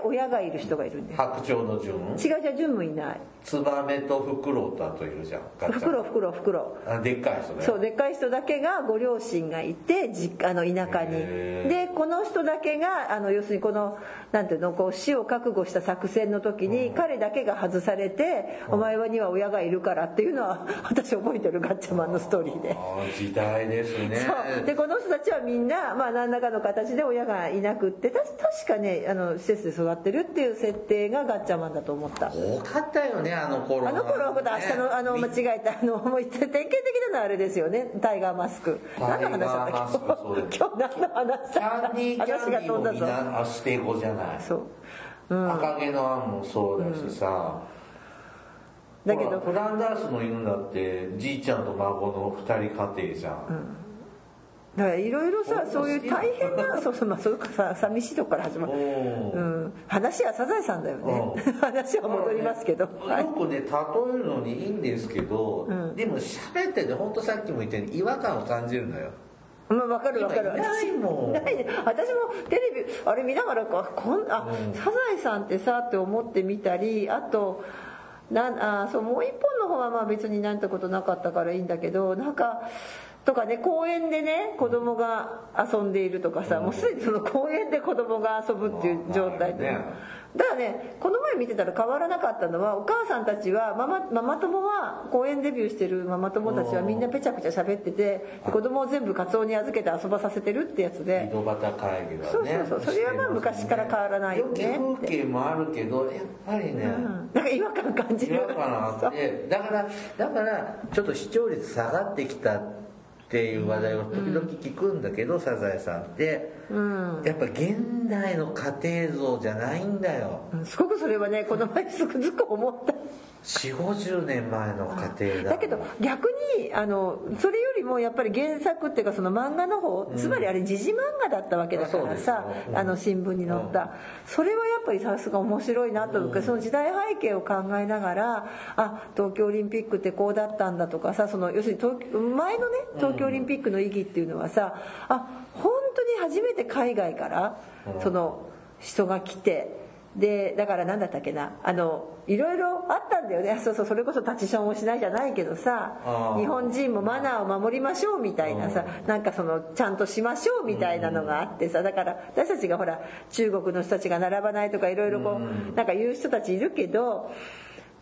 B: け親がいる人がいるんだよ
A: 白鳥の順
B: 違うじゃ純もいない
A: ツバメとフクロウとあといるじゃんガッチャ
B: フクロウフクロウフクロウ
A: あでっかい人ね
B: そうでっかい人だけがご両親がいて実あの田舎に
A: へー
B: でこの人だけがあの要するにこのなんていうのこう死を覚悟した作戦の時に彼だけが外されて「お前はには親がいるから」っていうのは 私覚えてるガッチャマンのストーリーで。
A: あー時代ですね
B: そうでこの人たちはみんな、まあ、何らかの形で親がいなくってたし確かねあの施設で育ってるっていう設定がガッチャマンだと思った
A: 多かったよねあの頃
B: あの頃のこと明
A: ね
B: 日のあの間違えたあのもう一体典型的なのはあれですよねタイガーマスク
A: タ
B: 何
A: イ
B: の
A: ガー
B: 話だったっけ
A: マスクそうです
B: 今日何の話
A: キ
B: だ
A: ャ
B: った
A: ンディーキャン
B: 話
A: デ
B: が
A: ィーも
B: 飛ん
A: みん
B: だぞ
A: なあステゴじゃない、
B: そう、うん、
A: 赤毛のアンもそうだしさ、
B: だけ
A: ほら
B: ど
A: フランダースの犬だってじいちゃんと孫の二人家庭じゃん、
B: だからいろいろさ
A: 僕も
B: そういう大変なそうそうまあそういうかさ寂しいとこから始まる、
A: おー
B: うん、話はサザエさんだよね
A: う
B: 話は戻りますけど、はい
A: よくね例えるのにいいんですけど、でも喋ってて本当さっきも言ったように違和感を感じるのよ
B: まあ、わかるわかる
A: 今いないもん
B: ないね私もテレビあれ見ながらここんあ、サザエさんってさって思ってみたりあとなんあそうもう一本の方はまあ別になんてことなかったからいいんだけどなんかとかね公園でね子供が遊んでいるとかさ、もうすでにその公園で子供が遊ぶっていう状態とか、
A: まあまあね
B: だからねこの前見てたら変わらなかったのはお母さんたちはママママ友は公園デビューしてるママ友たちはみんなぺちゃくちゃ喋ってて子供を全部カツオに預けて遊ばさせてるってやつ
A: 井
B: で
A: 戸端会議はね
B: そうそうそうそれはまあ昔から変わらないよね
A: してますよく風景もあるけどやっぱりね、
B: うんなんか違和感感じ
A: 違
B: る
A: 和感あ ってだからだからちょっと視聴率下がってきたっていう話題を時々聞くんだけど、サザエさんって、やっぱ現代の家庭像じゃないんだよ
B: うんすごくそれはねこの前つくづく思った
A: 4 5 0年前の家庭だ
B: だけど逆にあのそれよりもやっぱり原作っていうかその漫画の方、つまりあれ時事漫画だったわけだからさ
A: そうですようん
B: あの新聞に載った、それはやっぱりさすが面白いなというか、その時代背景を考えながらあ東京オリンピックってこうだったんだとかさその要するに東京前のね東京オリンピックの意義っていうのはさ、あ本当に初めて海外からその人が来て。でだから何だったっけなあのいろいろあったんだよねそうそうそれこそ立ちションをしないじゃないけど
A: あ
B: さ
A: ー
B: 日本人もマナーを守りましょうみたいなさなんかそのちゃんとしましょうみたいなのがあってさだから私たちがほら中国の人たちが並ばないとかいろいろこうなんか言う人たちいるけど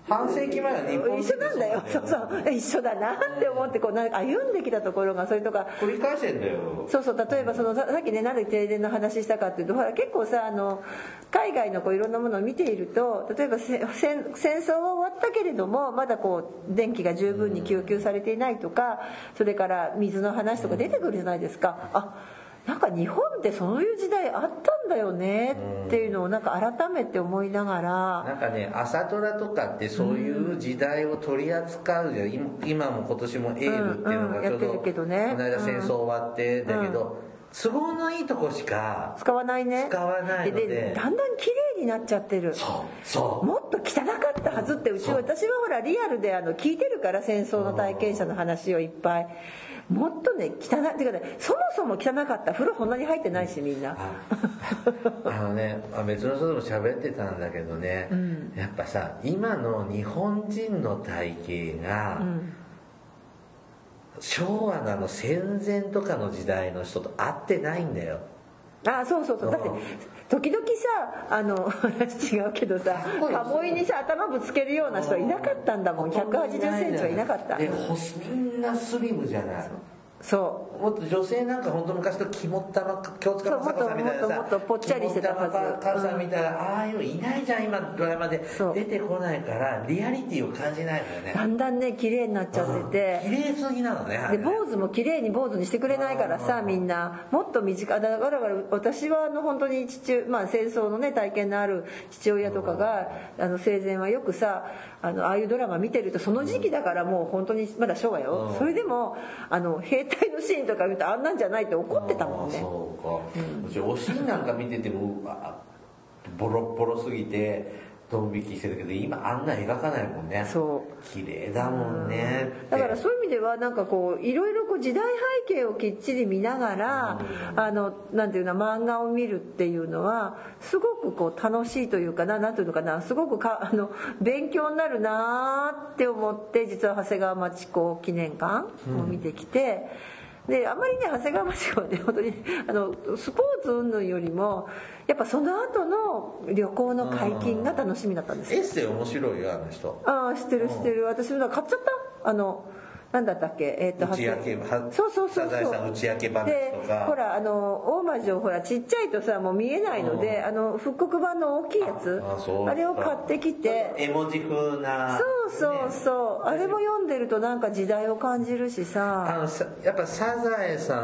A: 半世紀前は日本
B: 一緒なんだよそうそう一緒だなって思ってこうなんか歩んできたところがそれとか
A: 繰り返してんだよ
B: そうそう例えばそのささっきねなんで停電の話したかっていうとほら結構さあの海外のこういろんなものを見ていると例えばせ戦戦争は終わったけれどもまだこう電気が十分に供給されていないとかそれから水の話とか出てくるじゃないですか。あなんか日本ってそういう時代あったんだよねっていうのをなんか改めて思いながら
A: なんかね朝ドラとかってそういう時代を取り扱うじゃん今今も今年も「エール」っていうの
B: うんう
A: がちょう
B: んやって
A: ど
B: るけどね
A: この間戦争終わってだけど都合のいいとこしか
B: 使わないね
A: 使わないので
B: だんだん綺麗になっちゃってる
A: そうそう
B: もっと汚かったはずってうち私はほらリアルであの聞いてるから戦争の体験者の話をいっぱいもっとね汚いっていうかねそもそも汚かった風呂こんなに入ってないしみんな
A: あのねあ別の人とも喋ってたんだけどね、やっぱさ今の日本人の体型が、昭和のあの戦前とかの時代の人と合ってないんだよ
B: あそうそうそうだって
A: うん
B: 時々さあの 話違うけどさ
A: ごいよ
B: カモイにさ頭ぶつけるような人はいなかったんだもん1 8 0ンチはいなかった
A: でほすみんなスリムじゃない
B: そう
A: もっと女性なんか本当昔の肝っ玉か京塚雅子さんみたいな
B: そう
A: さ
B: もっともっともっとぽっちゃりしてたはず
A: 肝っ玉母さんみたいな、ああいういないじゃん今ドラマで
B: そう
A: 出てこないからリアリティを感じないのよね
B: だんだんね綺麗になっちゃってて
A: 綺麗すぎなのねあ
B: で
A: れね
B: 坊主も綺麗に坊主にしてくれないからさみんなもっと短いだから私はあの本当に父、まあ、戦争のね体験のある父親とかがあの生前はよくさあのああいうドラマ見てるとその時期だからもう本当にまだ昭和よ
A: うん
B: それでもあの兵隊のシーンとか見るとあんなんじゃないって怒ってたもん
A: あー
B: ね
A: そうか、うちおしんなんか見ててもうわーボロッボロすぎてドン引きしてるけど今あんな描かないもんね
B: そう
A: 綺麗だもんね
B: だから
A: って
B: そういう意味ではなんかこういろいろこう時代背景をきっちり見ながらあのなんていうの漫画を見るっていうのはすごくこう楽しいというかななんていうのかなすごくかあの勉強になるなーって思って実は長谷川町子記念館を見てきて。であんまりね長谷川町子はね本当にあのスポーツ云々よりもやっぱその後の旅行の解禁が楽しみだったんですよ
A: エッセイ面白いよあの人
B: ああ知ってる知ってる私もだから買っちゃったあのなんだったっけえっ、と
A: 打ち明け
B: はっそうそうそうそう
A: サザエさん打ち明け話
B: で
A: とか
B: ほらあの大魔女ほらちっちゃいとさもう見えないので、あの復刻版の大きいやつ
A: ああそう
B: れを買ってきて
A: 絵文字風な
B: そうそう
A: ね
B: そう、あれも読んでるとなんか時代を感じるし
A: あ
B: さ
A: のさやっぱサザエさ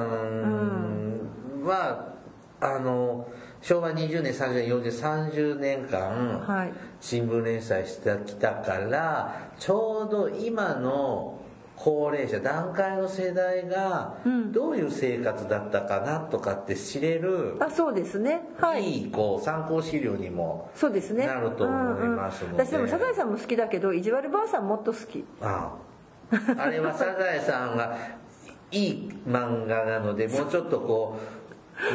A: んは、あの昭和20年30年40年30年間、
B: はい
A: 新聞連載してきたからちょうど今の高齢者団塊の世代が
B: うん
A: どういう生活だったかなとかって知れる、
B: あそうですねはい
A: いいこう参考資料にも
B: そうですね
A: なると思いますので
B: 私でもサザエさんも好きだけど意地悪ばあさんもっと好き
A: あああれはサザエさんがいい漫画なのでもうちょっとこう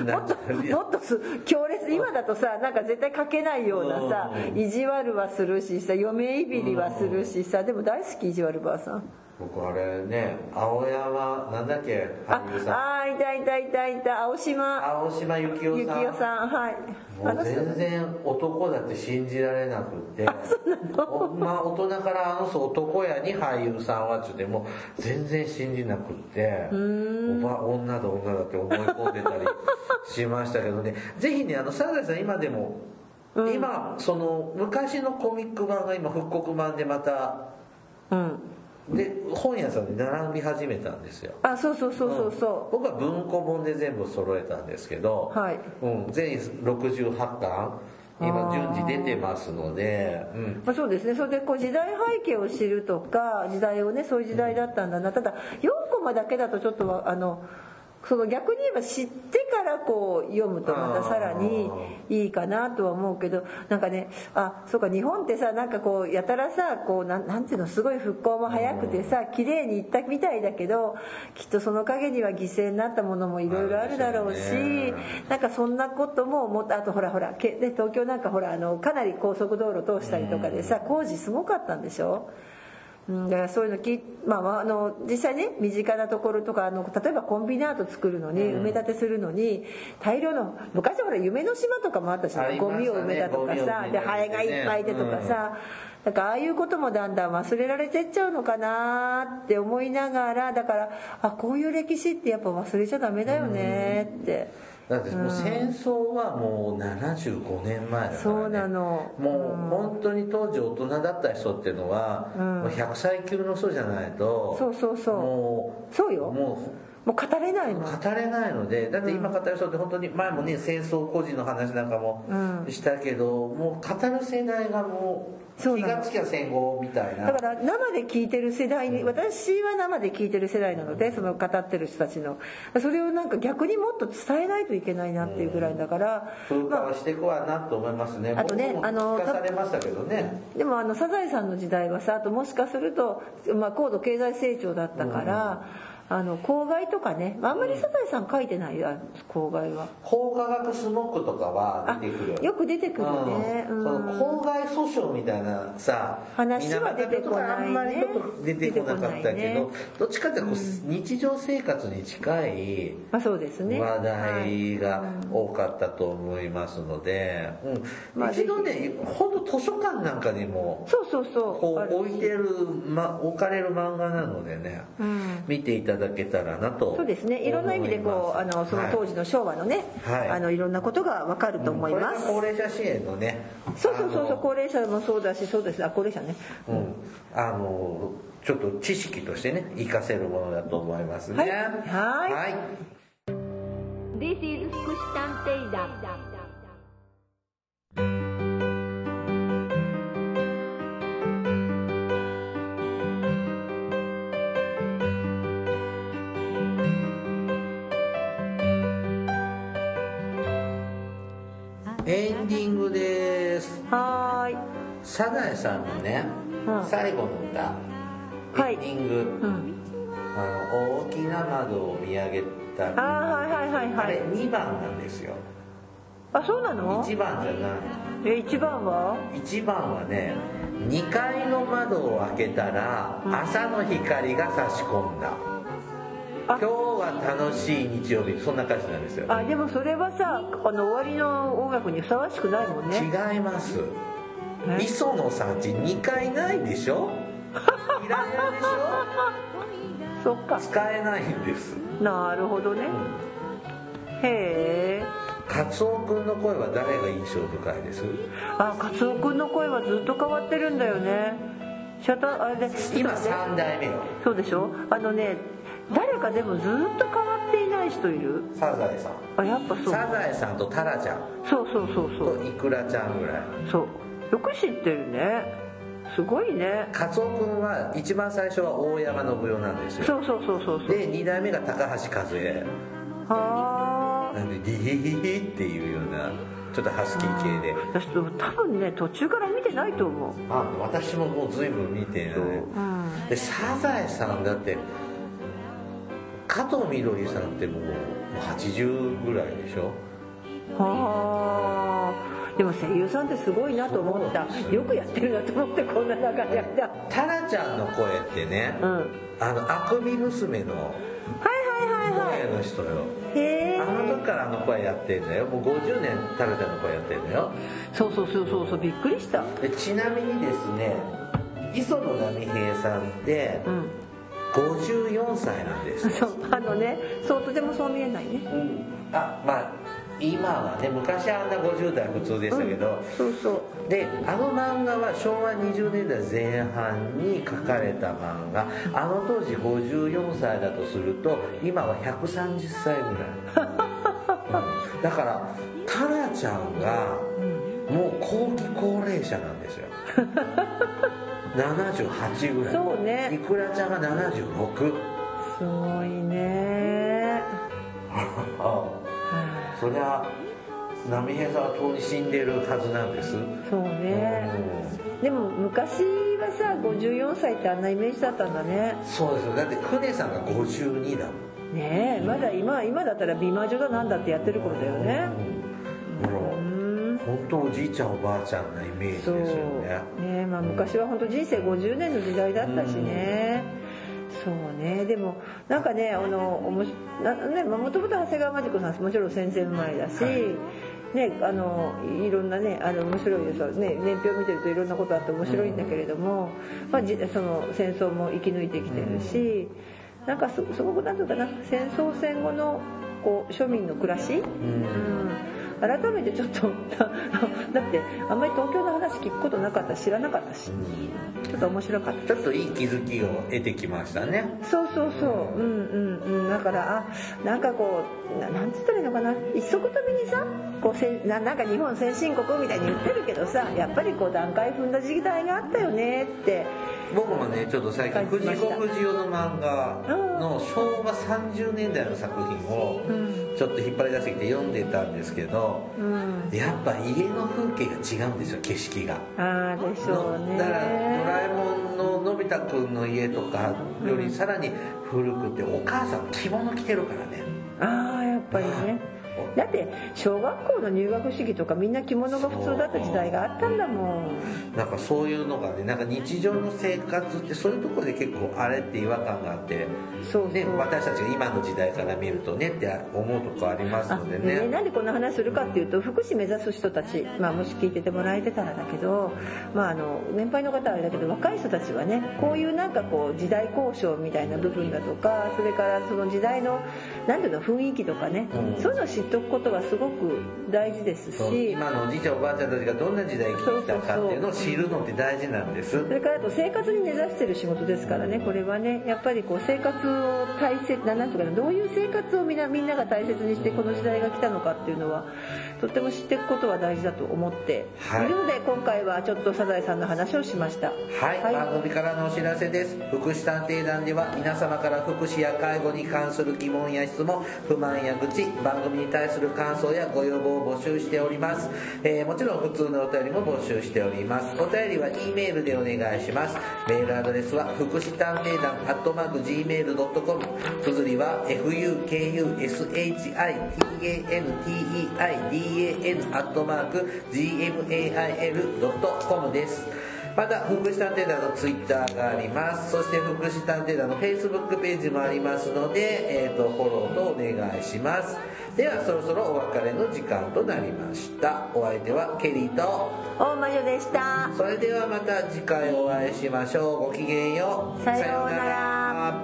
B: もっともっとす強烈今だとさなんか絶対書けないようなさ
A: うん
B: 意地悪はするしさ嫁いびりはするしさでも大好き意地悪ばあさん
A: 僕あれね青山なんだっけ
B: あ
A: 俳優さん
B: あーいたいたいたいた青島
A: 青島由紀
B: ゆき
A: 夫さん
B: よさんはいあ
A: も
B: の
A: う
B: 人
A: 全然男だって信じられなくってほんま大人からあの人男やに俳優さんはっちゅうてもう全然信じなくっておば女だ女だって思い込んでたりしましたけどね ぜひねあのサザエさん今でも、今その昔のコミック版が今復刻版でまた
B: うん
A: で本屋さんで並び始めたんですよ
B: あそうそうそうそうそ
A: 僕は文庫本で全部揃えたんですけど、
B: はい
A: うん、全68巻今
B: あ
A: 順
B: ー
A: 次出てますので、うん
B: う、まあ、そうですねそれでこう時代背景を知るとか時代をねそういう時代だったんだなただ4コマだけだとちょっとはあのその逆に言えば知ってかからこう読むとまたさらにいいかなとは思うけどなんかねあそうか日本ってさなんかこうやたらさこうなんなんていうのすごい復興も早くてさ綺麗にいったみたいだけどきっとその陰には犠牲になったものもいろいろあるだろうし
A: あるでしょうね
B: なんかそんなことも思ったあとほらほらけね東京なんかほらあのかなり高速道路通したりとかでさ工事すごかったんでしょうんだからそういうのき、まあまあ、あの実際ね身近なところとかあの例えばコンビナート作るのに埋め立てするのに大量の昔はほら夢の島とかもあったし、
A: ありまし
B: ゴ
A: たね
B: ミを埋めたとかさ
A: ゴミを埋めたりね
B: でハエがいっぱいでとかさ、なんかああいうこともだんだん忘れられてっちゃうのかなって思いながらだからあこういう歴史ってやっぱ忘れちゃダメだよねって。
A: だってもう戦争はもう75年前だから、ね、
B: そうなの
A: もう本当に当時大人だった人っていうのは、もう100歳級の人じゃないと
B: そうそうそう
A: もう
B: そうよ
A: もう
B: もう語れないもん
A: 語れないのでだって今語る人って本当に前もね戦争孤児の話なんかもしたけど、もう語る世代がも
B: そうう
A: 気
B: なの
A: がつきゃ戦後みたい
B: だ
A: な
B: から生で聞いてる世代に私は生で聞いてる世代なのでその語ってる人たちのそれをなんか逆にもっと伝えないといけないなっていうぐらいだから
A: 風化
B: ま
A: はしていくわなと思いますね、
B: あとね
A: 僕も
B: あの
A: 聞かされましたけどね
B: あでもあのサザエさんの時代はさあともしかするとまあ高度経済成長だったからあの公害とかねまああんまりサザエさん書いてないや公害は
A: 法科学スモックとかは
B: あ
A: 出てくる
B: よく出てくるね
A: う
B: うんん
A: その法外訴訟みたいなさ
B: 話は出てこな
A: 水俣病とかあ
B: いね
A: んまりちょっと出てこなかったけど、
B: 出てこないね
A: どっちかっていうとこう日常生活に近い
B: まあそうですね
A: 話
B: は
A: 題
B: い
A: が多かったと思いますので、うん
B: まあ
A: 一度ね本当図書館なんかにも
B: そうそうそう
A: こ
B: ある
A: う置いてる、ま、置かれる漫画なのでね、
B: うん
A: 見ていただけたらなと
B: そうですねいろんな意味でこう
A: 思
B: あ
A: います
B: のその当時の昭和のね、
A: はい
B: あのいろんなことがわかると思います、
A: これが高齢者支援のね
B: そうそうそう
A: あ
B: そう
A: の
B: 高齢者もそうだしそうですあ高齢者ね
A: うん、あのちょっと知識としてね活かせるものだと思いますね
B: はいはい
A: はい
E: This is 福祉探偵団。
A: エンディングです
B: はーい
A: サザエさんのね、
B: うん
A: 最後の歌
B: はい
A: エンディング、
B: うん
A: あの大きな窓を見上げた
B: あーはいはいはい
A: あ
B: は
A: れ
B: い
A: 2番なんですよ
B: あそうなの
A: 1番じゃない
B: え一番は
A: 1番はね2階の窓を開けたら朝の光が差し込んだ、今
B: あ
A: 日は楽しい日曜日そんな歌詞なんですよ
B: あでもそれはさあの終わりの音楽にふさわしくないもんね
A: 違います
B: え
A: 磯野さんち2階ないでし ょいらないでし
B: そっ
A: ょ
B: か
A: 使えないんです
B: なるほどねへえ
A: カツオ君の声は誰が印象深いです
B: あカツオ君の声はずっと変わってるんだよねシャタあれね
A: 今3代目よ
B: そうでしょあのね誰かでもずっと変わっていない人いる
A: サザエさん
B: あやっぱそう
A: サザエさんとタラちゃん
B: そうそうそうそ
A: と
B: う
A: イクラちゃんぐらい
B: そうよく知ってるねすごいね
A: カツオ君は一番最初は大山信代なんですよ
B: そうそうそうそうそう
A: で2代目が高橋和恵
B: はあ
A: なんで「リヒヒヒ」っていうようなちょっとハスキー系で
B: 私多分ね途中から見てないと思う
A: あ私ももう随分見てない、
B: うん
A: でサザエさんだって加藤みどりさんってもうもう80ぐらいでしょ
B: はあでも声優さんってすごいなと思った
A: すごい
B: よくやってるなと思ってこんな長い間
A: タラちゃんの声ってね、
B: うんはい
A: あのあくび娘の
B: はいはいはい
A: 声の人よ、
B: へ
A: あの
B: え
A: 時からあの声やってんだよもう50年タラちゃんの声やってんだよ
B: そうそうそうそうそうびっくりした
A: でちなみにですね磯野波平さんって
B: うん
A: 54歳なんですよ
B: そうあのねそうとてもそう見えないね
A: うんあまあ今はね昔はあんな50代普通でしたけど、
B: そうそう
A: であの漫画は昭和20年代前半に書かれた漫画あの当時54歳だとすると今は130歳ぐらい、うんだからタラちゃんがもう後期高齢者なん ですよ78ぐらい
B: そうね
A: いくらちゃんが76
B: すごいね
A: ああ
B: はい
A: そりゃ波平さんはとうに死んでるはずなんです
B: そうねでも昔はさ54歳ってあんなイメージだったんだね
A: そうですよだって船さんが52だもん
B: ねえまだ今今だったら美魔女だなんだってやってる頃だよね
A: うんほら本当おじいちゃんおばあちゃんなイメージです
B: そ
A: よ
B: う
A: ね
B: ねえまあ昔は本当人生50年の時代だったしね、そうねでもなんかねあのおもしなねまあもともと長谷川真知子さんもちろん先生前だし、ね、あのいろんなねあの面白いですよね年表見てるといろんなことあって面白いんだけれども、まあ、じその戦争も生き抜いてきてるし、なんかすすごくなんとかな戦争戦後のこう庶民の暮らし、うん改めてちょっと だってあんまり東京の話聞くことなかったし知らなかったしちょっと面白かった
A: ちょっといい気づきを得てきましたね
B: そうそうそううんうんうんだからあなんかこうななんつったらいいのかな一足飛びにさこうせんななんか日本先進国みたいに言ってるけどさやっぱりこう段階踏んだ時代があったよねって
A: 僕もねちょっと最近藤子不二雄の漫画の昭和30年代の作品をちょっと引っ張り出してきて読んでたんですけど、やっぱ家の風景が違うんですよ景色が。
B: ああでしょうね
A: だから「ドラえもん」ののび太くんの家とかよりさらに古くてお母さん着物着てるからね
B: ああやっぱりねだって小学校の入学式とかみんな着物が普通だった時代があったんだもん
A: なんかそういうのがねなんか日常の生活ってそういうところで結構あれって違和感があって
B: そうそう
A: ね、私たちが今の時代から見るとねって思うとこあります
B: あ
A: ので
B: ね
A: ね
B: なんでこんな話するかっていうと福祉目指す人たち、まあ、もし聞いててもらえてたらだけど、まあ、あの年配の方はあれだけど若い人たちはねこういうなんかこう時代交渉みたいな部分だとかそれからその時代の何ていうの雰囲気とかね、
A: うん
B: そういうのを知っておくことがすごく大事です
A: そう
B: し。
A: 今のおじいちゃんおばあちゃんたちがどんな時代生きてきたかっていうのを知るのって大事なんです
B: それからあと生活に根ざしてる仕事ですからねこれはねやっぱりこう生活を大切ななんとかなどういう生活をみんなみんなが大切にしてこの時代が来たのかっていうのはとっても知っていくことは大事だと思って、
A: はい
B: いるので今回はちょっとサザエさんの話をしました
A: はい、番組からのお知らせです福祉探偵団では皆様から福祉や介護に関する疑問や質問不満や愚痴番組に対する感想やご要望を募集しております、えーもちろん普通のお便りも募集しておりますお便りは E メールでお願いしますメールアドレスは福祉探偵団 gmail.com 綴りは fukushitanteidan アットマーク gmail.com ですまた福祉探偵団のツイッターがありますそして福祉探偵団のフェイスブックページもありますので、えー、とフォローとお願いしますではそろそろお別れの時間となりましたお相手はケリーと
B: 大魔女でした
A: それではまた次回お会いしましょうごきげんよう
B: さようなら
A: ら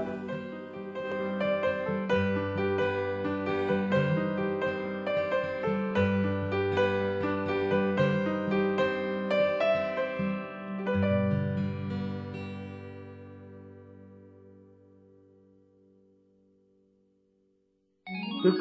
F: 福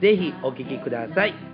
G: ぜひお聞きください